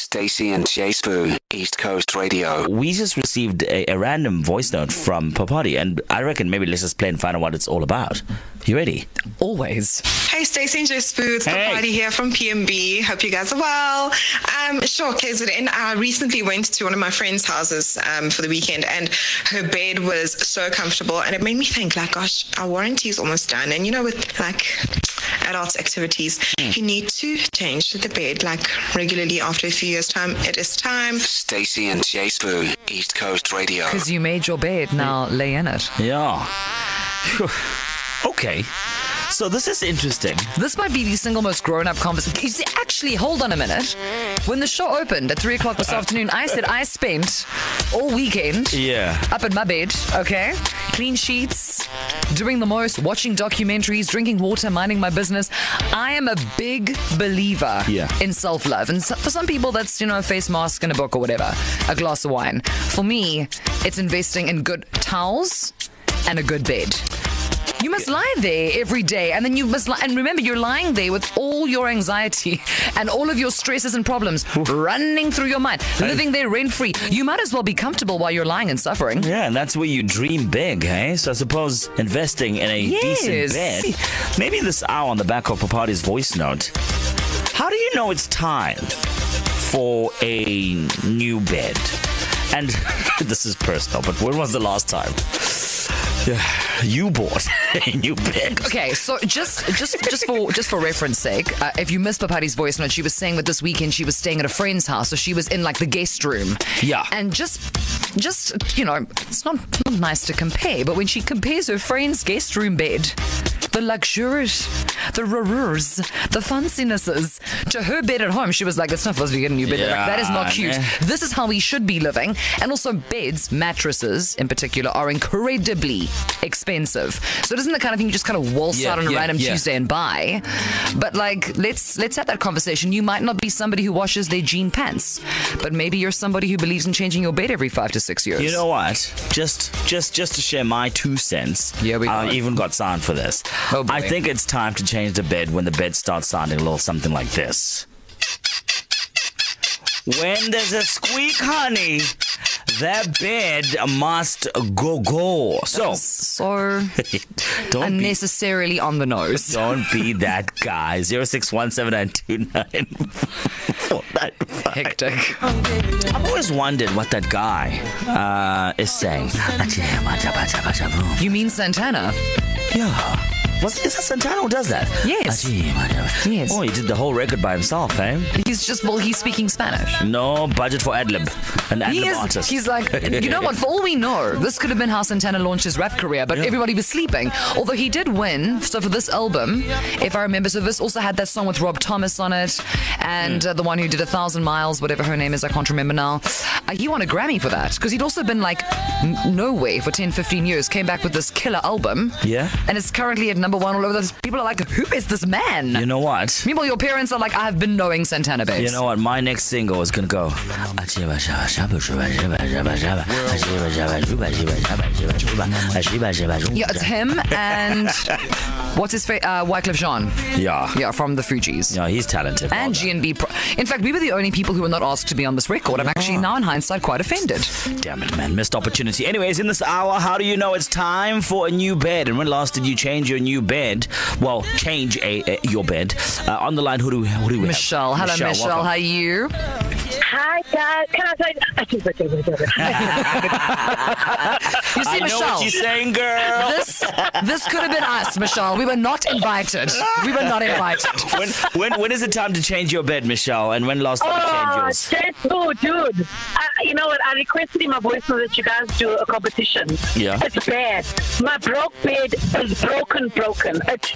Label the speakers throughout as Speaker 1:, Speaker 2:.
Speaker 1: Stacy and Jay Spoon, East Coast Radio.
Speaker 2: We just received a, a random voice note from Papadi, and I reckon maybe let's just play and find out what it's all about. You ready?
Speaker 3: Always.
Speaker 4: Hey, Stacey and Jay Spoots,
Speaker 2: Hey.
Speaker 4: hey. party here from PMB. Hope you guys are well. Um, sure, KZN, I recently went to one of my friend's houses um, for the weekend and her bed was so comfortable and it made me think, like, gosh, our warranty is almost done. And you know, with like adult activities, you need to change the bed like regularly after a few years' time. It is time.
Speaker 1: Stacy and Jay Spoon, East Coast Radio.
Speaker 3: Because you made your bed, now lay in it.
Speaker 2: Yeah. Phew. Okay. So this is interesting.
Speaker 3: This might be the single most grown up conversation. You see, actually, hold on a minute. When the show opened at 3 o'clock this afternoon, I said I spent all weekend
Speaker 2: Yeah.
Speaker 3: up in my bed, okay? Clean sheets, doing the most, watching documentaries, drinking water, minding my business. I am a big believer
Speaker 2: Yeah.
Speaker 3: in self love. And so, for some people, that's, you know, a face mask and a book or whatever, a glass of wine. For me, it's investing in good towels and a good bed. You must lie there every day, and then you must. Li- and remember, you're lying there with all your anxiety and all of your stresses and problems running through your mind, living there rent free. You might as well be comfortable while you're lying and suffering.
Speaker 2: Yeah, and that's where you dream big, hey? So I suppose investing in a decent
Speaker 3: Yes.
Speaker 2: bed. Maybe this hour on the back of Papadi's voice note. How do you know it's time for a new bed? And this is personal, but when was the last time you bought a new bed?
Speaker 3: Okay, so just just just for just for reference sake, uh, if you missed Papadi's voice note, she was saying that this weekend she was staying at a friend's house, so she was in like the guest room.
Speaker 2: Yeah.
Speaker 3: and just just you know, it's not, not nice to compare, but when she compares her friend's guest room bed. The luxurious, the rarures, the fancinesses to her bed at home. She was like, "It's not supposed to get a new bed. Like, that is
Speaker 2: Yeah,
Speaker 3: not cute.
Speaker 2: man.
Speaker 3: This is how we should be living. And also, beds, mattresses in particular, are incredibly expensive. So it isn't the kind of thing you just kind of waltz
Speaker 2: Yeah,
Speaker 3: out on a
Speaker 2: yeah,
Speaker 3: random
Speaker 2: yeah.
Speaker 3: Tuesday and buy. But like, let's let's have that conversation. You might not be somebody who washes their jean pants, but maybe you're somebody who believes in changing your bed every five to six years.
Speaker 2: You know what? Just, just, just to share my two cents.
Speaker 3: Yeah, we
Speaker 2: I
Speaker 3: got it.
Speaker 2: even got signed for this.
Speaker 3: Oh, boy.
Speaker 2: I think it's time to change the bed when the bed starts sounding a little something like this. When there's a squeak, honey, that bed must go go. So
Speaker 3: so
Speaker 2: don't be,
Speaker 3: unnecessarily on the nose.
Speaker 2: don't be that guy. Zero six one seven nine two nine four nine five.
Speaker 3: Hectic.
Speaker 2: I've always wondered what that guy uh, is saying.
Speaker 3: You mean Santana?
Speaker 2: Yeah. Was, is that Santana who does that?
Speaker 3: Yes.
Speaker 2: Yes.
Speaker 3: Yes.
Speaker 2: Oh, he did the whole record by himself, eh?
Speaker 3: He's just well, he's speaking Spanish.
Speaker 2: No budget for ad lib. An ad
Speaker 3: He
Speaker 2: lib
Speaker 3: is,
Speaker 2: artist.
Speaker 3: He's like, you know what? For all we know, this could have been how Santana launched his rap career, but everybody was sleeping. Although he did win. So for this album, if I remember, so this also had that song with Rob Thomas on it, and
Speaker 2: Mm.
Speaker 3: uh, the one who did a thousand miles, whatever her name is, I can't remember now. Uh, he won a Grammy for that because he'd also been like n- nowhere for 10, 15 years. Came back with this killer album.
Speaker 2: Yeah.
Speaker 3: And it's currently at number one all over. The, people are like, who is this man?
Speaker 2: you know what?
Speaker 3: Meanwhile, your parents are like, I have been knowing Santana, babes.
Speaker 2: You know what? My next single is gonna go. Yeah,
Speaker 3: Yeah, it's him and what's his face? Uh, Wyclef Jean.
Speaker 2: Yeah.
Speaker 3: Yeah, from the Fugees.
Speaker 2: Yeah, he's talented.
Speaker 3: And
Speaker 2: Well
Speaker 3: G&B. Pro- in fact, we were the only people who were not asked to be on this record. I'm actually now, in hindsight, quite offended.
Speaker 2: done. Damn it, man. Missed opportunity. Anyways, in this hour, how do you know it's time for a new bed? And when last did you change your new bed? Well, change a, a your bed. Uh, on the line, who do, we- who do we
Speaker 3: Michelle,
Speaker 2: have?
Speaker 3: hello, Michelle.
Speaker 2: welcome.
Speaker 3: How are you?
Speaker 5: Hi guys, can I say? I keep it, keep it, keep it.
Speaker 3: You see,
Speaker 2: I know
Speaker 3: Michelle.
Speaker 2: what you're saying, girl.
Speaker 3: this this could have been us, Michelle. We were not invited. We were not invited.
Speaker 2: when, when when is it time to change your bed, Michelle? And when last time you
Speaker 5: Oh,
Speaker 2: change yours?
Speaker 5: that's cool, dude. I, you know what? I requested in my voice note that you guys do a competition.
Speaker 2: Yeah.
Speaker 5: It's bad. My broke bed is broken, broken. It's,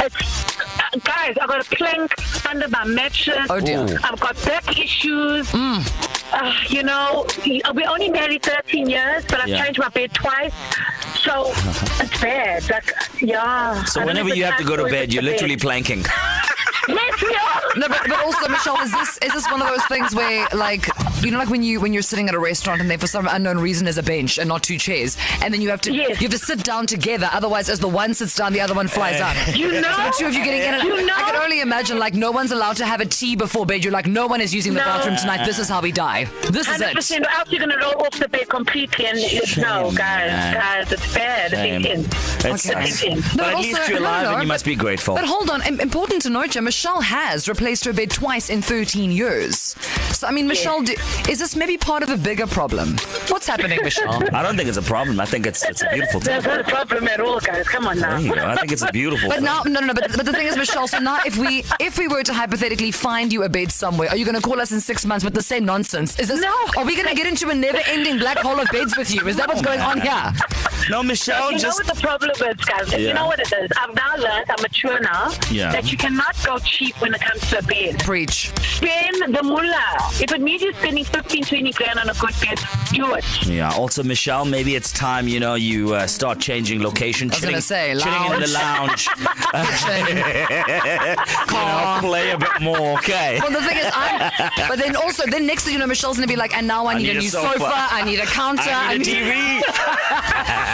Speaker 5: it's, uh, guys, I've got a plank under my mattress.
Speaker 3: Oh, dear. Ooh.
Speaker 5: I've got back issues.
Speaker 2: Mm.
Speaker 5: Uh, you know, we only married 13 years, but I've
Speaker 2: Yeah.
Speaker 5: changed my bed twice. So it's bad. Like, yeah.
Speaker 2: So
Speaker 5: I don't
Speaker 2: whenever
Speaker 5: know if
Speaker 2: you
Speaker 5: it's
Speaker 2: have to
Speaker 5: us
Speaker 2: go to
Speaker 5: or if
Speaker 2: bed,
Speaker 5: it's
Speaker 2: you're
Speaker 5: the
Speaker 2: literally planking.
Speaker 5: Yes, we are.
Speaker 3: No, but, but also, Michelle, is this is this one of those things where, like, you know, like when you when you're sitting at a restaurant and there for some unknown reason is a bench and not two chairs, and then you have to
Speaker 5: Yes.
Speaker 3: you have to sit down together. Otherwise, as the one sits down, the other one flies up.
Speaker 5: You know,
Speaker 3: So the two of you getting in. And
Speaker 5: You know-
Speaker 3: I can only imagine, like, no one's allowed to have a tea before bed. You're like, no one is using the
Speaker 5: No.
Speaker 3: bathroom tonight. This is how we die. This is
Speaker 5: Hundred
Speaker 3: it.
Speaker 5: percent. Or else you're gonna roll off the bed completely, and
Speaker 2: Shame,
Speaker 5: no, guys,
Speaker 2: man.
Speaker 5: guys, it's bad.
Speaker 2: Shame.
Speaker 5: It's
Speaker 2: That
Speaker 5: Okay.
Speaker 2: sucks.
Speaker 5: No,
Speaker 2: But at
Speaker 3: also-
Speaker 2: least you're
Speaker 3: no, no,
Speaker 2: alive
Speaker 3: no,
Speaker 2: and you
Speaker 3: but-
Speaker 2: must be grateful.
Speaker 3: But hold on, im- important to note, yeah, Michelle has replaced her bed twice in 13 years. So, I mean, Michelle, do, is this maybe part of a bigger problem? What's happening, Michelle?
Speaker 2: I don't think it's a problem. I think it's it's a beautiful thing.
Speaker 5: That's not a problem at all, guys. Come on now.
Speaker 2: There you go. I think it's a beautiful
Speaker 3: But
Speaker 2: thing.
Speaker 3: now, no, no, no. But, but the thing is, Michelle. So now, if we if we were to hypothetically find you a bed somewhere, are you going to call us in six months with the same nonsense? Is this?
Speaker 5: No.
Speaker 3: Are we going to get into a never-ending black hole of beds with you? Is that what's going on here?
Speaker 2: No, Michelle,
Speaker 5: you
Speaker 2: just
Speaker 5: know what the problem is, guys.
Speaker 2: Yeah.
Speaker 5: You know what it is. I've now learned, I'm mature now,
Speaker 2: Yeah.
Speaker 5: that you cannot go cheap when it comes to a bed.
Speaker 3: Preach.
Speaker 5: Spend the mullah. If it means you're spending 15, 20 grand on a good bed, do it.
Speaker 2: Yeah. Also, Michelle, maybe it's time you know you uh, start changing location. I
Speaker 3: was gonna say,
Speaker 2: chilling in the lounge. I'll play a bit more. Okay.
Speaker 3: Well, the thing is, I'm. But then also, then next thing you know, Michelle's going to be like, and now I need, a new sofa. I need a counter.
Speaker 2: I need a TV.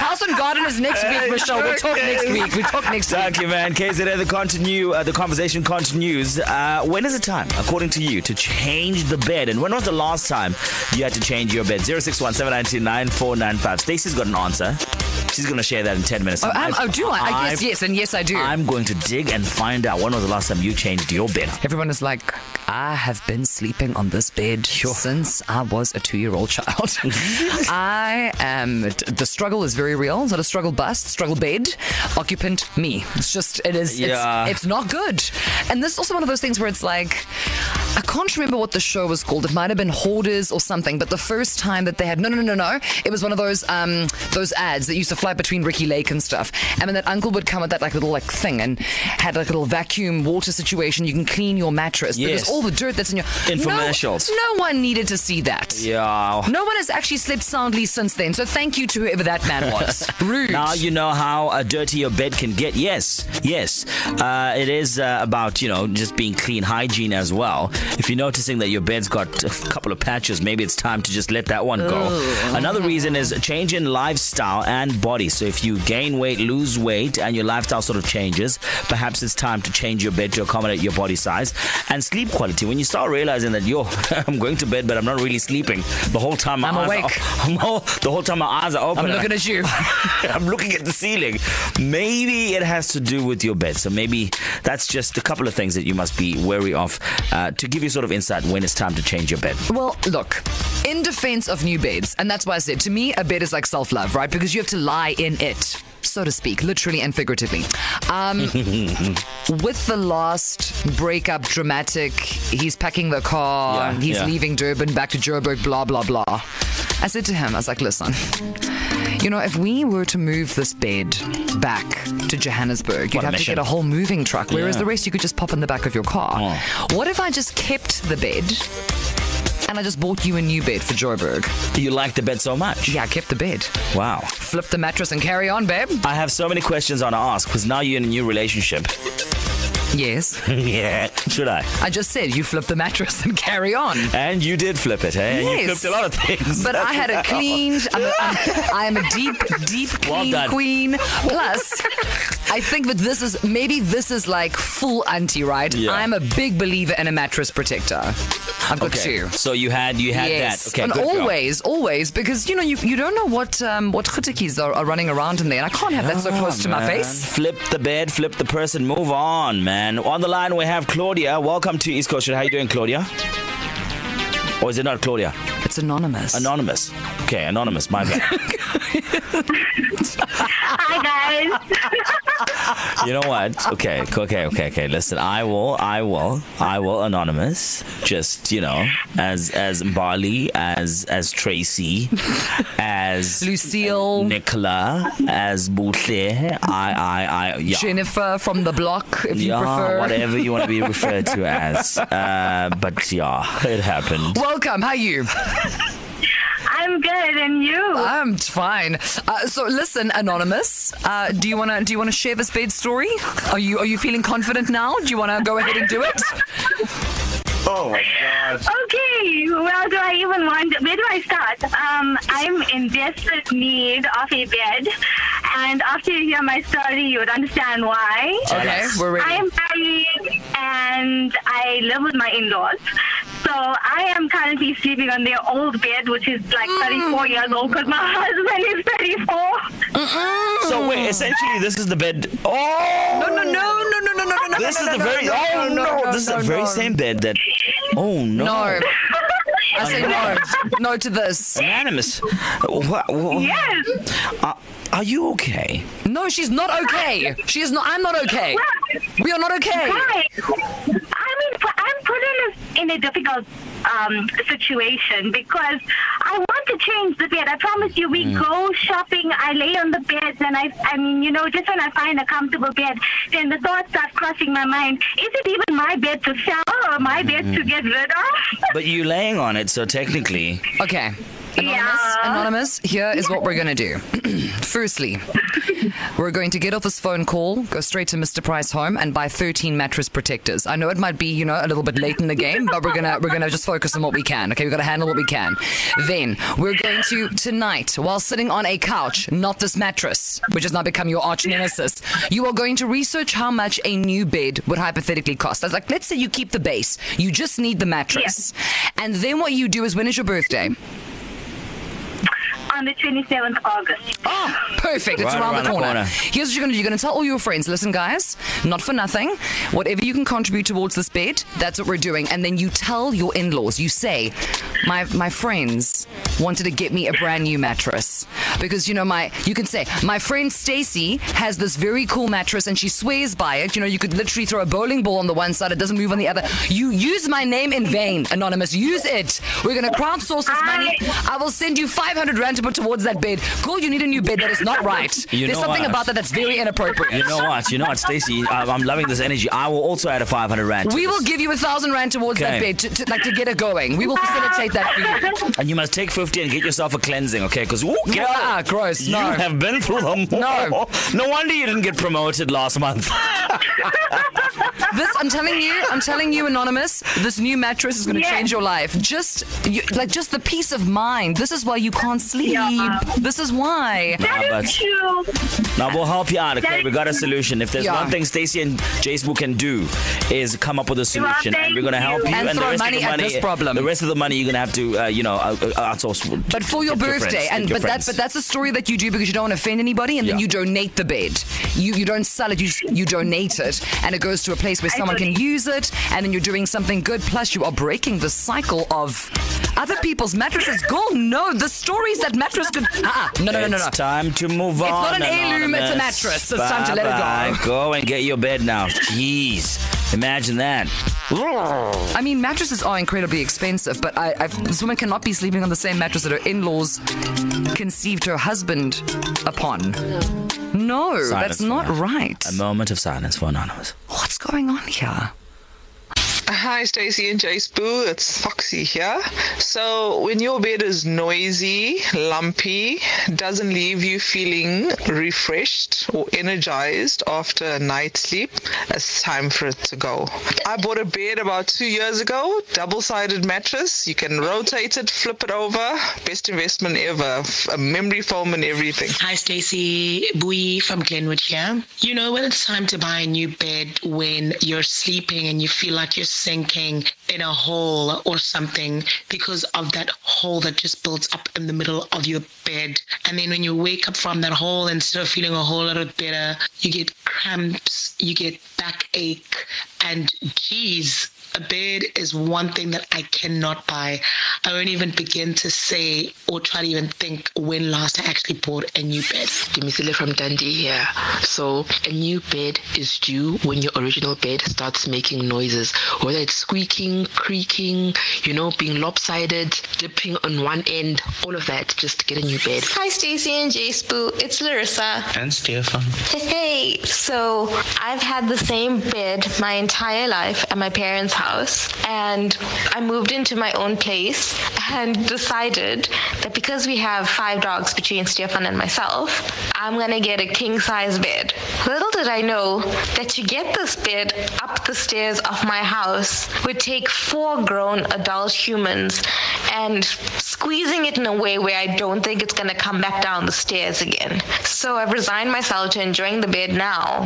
Speaker 3: House and Garden is next week, Michelle. We'll talk next week. We'll talk next week.
Speaker 2: Thank you, man. KZN, the continue, uh, the conversation continues. Uh, when is the time, according to you, to change the bed? And when was the last time you had to change your bed? 061 Stacey's got an answer. She's going to share that in 10 minutes.
Speaker 3: Oh, um, oh, do I? I guess
Speaker 2: I've-
Speaker 3: yes, and yes, I do.
Speaker 2: I'm going to dig and find out when was the last time you changed your bed.
Speaker 3: Everyone is like, I have been sleeping on this bed since I was a two year old child. I am, the struggle is very real. It's not a struggle bus, struggle bed, occupant me. It's just, it is,
Speaker 2: Yeah.
Speaker 3: it's, it's not good. And this is also one of those things where it's like, I can't remember what the show was called. It might have been Hoarders or something, but the first time that they had, no, no, no, no, no. It was one of those, um, those ads that used to fly between Ricky Lake and stuff. And then that uncle would come with that like little like thing and had like a little vacuum water situation. You can clean your mattress
Speaker 2: Yes.
Speaker 3: because all the dirt that's in your
Speaker 2: Infomercials.
Speaker 3: No, no one needed to see that.
Speaker 2: Yeah.
Speaker 3: No one has actually slept soundly since then. So thank you to whoever that man was. Rude.
Speaker 2: Now you know how uh, dirty your bed can get. Yes, yes. Uh, it is uh, about, you know, just being clean hygiene as well. If you're noticing that your bed's got a couple of patches, maybe it's time to just let that one go. Another reason is change in lifestyle and body. So if you gain weight, lose weight, and your lifestyle sort of changes, perhaps it's time to change your bed to accommodate your body size and sleep quality. When you start realizing that, yo, I'm going to bed, but I'm not really sleeping the whole time. My
Speaker 3: I'm
Speaker 2: eyes are
Speaker 3: awake.
Speaker 2: o- I'm all- the whole time my eyes are open.
Speaker 3: I'm
Speaker 2: and I-
Speaker 3: looking at you.
Speaker 2: I'm looking at the ceiling. Maybe it has to do with your bed. So maybe that's just a couple of things that you must be wary of uh, to give you sort of insight when it's time to change your bed.
Speaker 3: Well, look, in defense of new beds, and that's why I said to me, a bed is like self love, right? Because you have to lie in it, so to speak, literally and figuratively. Um, with the last breakup, dramatic, he's packing the car,
Speaker 2: Yeah,
Speaker 3: he's
Speaker 2: yeah.
Speaker 3: leaving Durban back to Joburg, blah, blah, blah. I said to him, I was like, listen, you know, if we were to move this bed back to Johannesburg, you'd
Speaker 2: What a
Speaker 3: have to
Speaker 2: mission.
Speaker 3: get a whole moving truck, whereas
Speaker 2: Yeah.
Speaker 3: the rest you could just pop in the back of your car.
Speaker 2: Oh.
Speaker 3: What if I just kept the bed? And I just bought you a new bed for Joburg.
Speaker 2: You like the bed so much.
Speaker 3: Yeah, I kept the bed.
Speaker 2: Wow.
Speaker 3: Flip the mattress and carry on, babe.
Speaker 2: I have so many questions I want to ask because now you're in a new relationship.
Speaker 3: Yes.
Speaker 2: yeah. Should I?
Speaker 3: I just said you flip the mattress and carry on.
Speaker 2: And you did flip it, eh? You
Speaker 3: Yes.
Speaker 2: flipped a lot of things.
Speaker 3: But I had a cleaned, I'm a, I'm, I am a deep, deep
Speaker 2: Well
Speaker 3: clean
Speaker 2: done.
Speaker 3: queen. Plus, I think that this is, maybe this is like full anti, right?
Speaker 2: Yeah.
Speaker 3: I'm a big believer in a mattress protector. I've got
Speaker 2: Okay.
Speaker 3: two.
Speaker 2: So you had you had
Speaker 3: yes.
Speaker 2: that. Okay.
Speaker 3: and
Speaker 2: good girl.
Speaker 3: always, always, because you know you, you don't know what um, what khutikis are, are running around in there, and I can't have that so close to my
Speaker 2: Ah, man.
Speaker 3: face.
Speaker 2: Flip the bed, flip the person, move on, man. On the line we have Claudia. Welcome to East Coast. Show. How you doing, Claudia? Or is it not Claudia?
Speaker 3: It's anonymous.
Speaker 2: Anonymous. Okay, anonymous. My bad.
Speaker 5: Hi, guys.
Speaker 2: you know what? Okay, okay, okay, okay. Listen, I will, I will, I will. Anonymous. Just you know, as as Bali, as as Tracy, as
Speaker 3: Lucille,
Speaker 2: Nicola, as Butle. I, I, I. Yeah.
Speaker 3: Jennifer from the block, if
Speaker 2: yeah,
Speaker 3: you prefer.
Speaker 2: whatever you want to be referred to as. Uh, but yeah, it happened.
Speaker 3: Welcome. How are you?
Speaker 5: I'm I'm good, and you?
Speaker 3: I'm fine. Uh, so listen, anonymous. Uh, do you wanna do you wanna share this bed story? Are you are you feeling confident now? Do you wanna go ahead and do it?
Speaker 6: Oh my God.
Speaker 5: Okay, well, do I even want? Where do I start? Um, I'm in desperate need of a bed, and after you hear my story, you would understand why.
Speaker 3: Okay, we're ready.
Speaker 5: I am married and I live with my in-laws. So I am currently sleeping on their old bed, which is like 34 years old, because my husband is 34.
Speaker 2: So wait, essentially, this is the bed. Oh
Speaker 3: no no no no no no no no.
Speaker 2: This is
Speaker 3: no, no,
Speaker 2: the
Speaker 3: no,
Speaker 2: very.
Speaker 3: no,
Speaker 2: oh
Speaker 3: no,
Speaker 2: no,
Speaker 3: no,
Speaker 2: this is
Speaker 3: no,
Speaker 2: the very
Speaker 3: no.
Speaker 2: same bed that. Oh no.
Speaker 3: No. I say no. No to this.
Speaker 2: Anonymous. What,
Speaker 5: Yes.
Speaker 2: Are, are you okay?
Speaker 3: No, she's not okay. She is not. I'm not okay. We are not okay.
Speaker 5: Hi. I mean, pu- I'm put in a, in a difficult um, situation because I want to change the bed. I promise you, we go shopping. I lay on the bed, and I, I mean, you know, just when I find a comfortable bed, then the thoughts start crossing my mind: Is it even my bed to sell or my bed to get rid of?
Speaker 2: But you're laying on it, so technically.
Speaker 3: Okay. Anonymous,
Speaker 5: Yeah.
Speaker 3: anonymous, here is what we're going to do. Firstly, we're going to get off this phone call, go straight to Mr. Price home and buy 13 mattress protectors. I know it might be, you know, a little bit late in the game, but we're going to we're going to just focus on what we can. Okay, we've got to handle what we can. Then, we're going to tonight while sitting on a couch, not this mattress, which has now become your arch nemesis. You are going to research how much a new bed would hypothetically cost. That's like let's say you keep the base. You just need the mattress. And then what you do is when is your birthday?
Speaker 5: On the 27th August.
Speaker 3: Oh, perfect. It's
Speaker 2: Right
Speaker 3: around,
Speaker 2: around
Speaker 3: the,
Speaker 2: the
Speaker 3: corner.
Speaker 2: corner.
Speaker 3: Here's what you're going to do. You're going to tell all your friends, listen, guys, not for nothing. Whatever you can contribute towards this bed, that's what we're doing. And then you tell your in laws, you say, my, my friends wanted to get me a brand new mattress. Because, you know, my, you can say, my friend Stacy has this very cool mattress and she swears by it. You know, you could literally throw a bowling ball on the one side, it doesn't move on the other. You use my name in vain, Anonymous. Use it. We're going to crowdsource this money. I will send you 500 rand to put towards that bed. Girl, you need a new bed. That is not right.
Speaker 2: You
Speaker 3: There's
Speaker 2: know
Speaker 3: something
Speaker 2: what?
Speaker 3: about that that's very inappropriate.
Speaker 2: You know what? You know what, Stacey? I, I'm loving this energy. I will also add a 500 rand. to
Speaker 3: we
Speaker 2: this.
Speaker 3: will give you a thousand rand towards that
Speaker 2: Okay.
Speaker 3: bed, to, to, like to get it going. We will facilitate that for you.
Speaker 2: And you must take 50 and get yourself a cleansing, okay? Because, ooh, girl,
Speaker 3: Ah, gross.
Speaker 2: you
Speaker 3: No.
Speaker 2: have been through the
Speaker 3: No.
Speaker 2: No wonder you didn't get promoted last month.
Speaker 3: This, I'm telling you, I'm telling you, anonymous. This new mattress is going to
Speaker 5: Yeah.
Speaker 3: change your life. Just, you, like, just the peace of mind. This is why you can't sleep. This is why.
Speaker 5: That
Speaker 2: Ah,
Speaker 5: is
Speaker 2: but-
Speaker 5: true.
Speaker 2: Now we'll help you out, okay? We got a solution. If there's
Speaker 3: Yeah.
Speaker 2: one thing Stacey and Jacebu can do is come up with a solution, and we're gonna help you.
Speaker 5: thank
Speaker 3: you. And
Speaker 2: the
Speaker 3: throw
Speaker 2: rest of
Speaker 3: money
Speaker 2: the
Speaker 3: at
Speaker 2: money,
Speaker 3: this problem.
Speaker 2: the rest of the money, you're gonna have to, uh, you know, out- outsource.
Speaker 3: But for your
Speaker 2: Get friends,
Speaker 3: birthday,
Speaker 2: get
Speaker 3: and
Speaker 2: your
Speaker 3: but that
Speaker 2: friends.
Speaker 3: but that's a story that you do because you don't want to offend anybody, and then
Speaker 2: Yeah.
Speaker 3: you donate the bed. You you don't sell it. You you donate it, and it goes to a place where someone can
Speaker 5: totally-
Speaker 3: use it, and then you're doing something good. Plus, you are breaking the cycle of other people's mattresses. Girl, no, the stories that mattress could. Uh-uh. No, no, no, no, no.
Speaker 2: It's time to move on.
Speaker 3: not an heirloom, it's a
Speaker 2: Anonymous.
Speaker 3: mattress. It's time to let it go.
Speaker 2: Bye-bye. Go and get your bed now. Jeez, imagine that.
Speaker 3: I mean, mattresses are incredibly expensive, but I, I've, this woman cannot be sleeping on the same mattress that her in-laws conceived her husband upon. No, that's
Speaker 2: for
Speaker 3: not
Speaker 2: now.
Speaker 3: right.
Speaker 2: A moment of silence for anonymous.
Speaker 3: What's going on here?
Speaker 7: Hi, Stacey and Jace Boo. It's Foxy here. So, when your bed is noisy, lumpy, doesn't leave you feeling refreshed or energized after a night's sleep, it's time for it to go. I bought a bed about two years ago, double sided mattress. You can rotate it, flip it over. Best investment ever. F- A memory foam and everything.
Speaker 8: Hi, Stacey Bui from Glenwood here. You know, when it's time to buy a new bed when you're sleeping and you feel like you're sinking in a hole or something because of that hole that just builds up in the middle of your bed. And then when you wake up from that hole, instead of feeling a whole lot better, you get cramps, you get backache, and geez, a bed is one thing that I cannot buy. I won't even begin to say or try to even think when last I actually bought a new bed.
Speaker 9: Demisile from Dundee here. So a new bed is due when your original bed starts making noises, whether it's squeaking, creaking, you know, being lopsided, dipping on one end, all of that. Just get a new bed.
Speaker 10: Hi, Stacey and Jay Spoo. It's Larissa.
Speaker 8: And Stefan.
Speaker 10: Hey, so I've had the same bed my entire life at my parents'
Speaker 8: house and I moved into my own place and decided that because we have five dogs between Stefan and myself, I'm going to get a king size bed. Little did I know that to get this bed up the stairs of my house would take four grown adult humans and squeezing it in a way where I don't think it's going to come back down the stairs again. So I've resigned myself to enjoying the bed now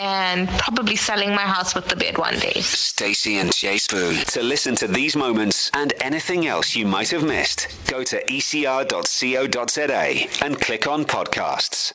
Speaker 8: and probably selling my house with the bed one day.
Speaker 11: Stacy and Jay Spoon.
Speaker 12: To listen to these moments and anything else you
Speaker 1: E
Speaker 12: might have missed, go to ecr.co.za and click on podcasts.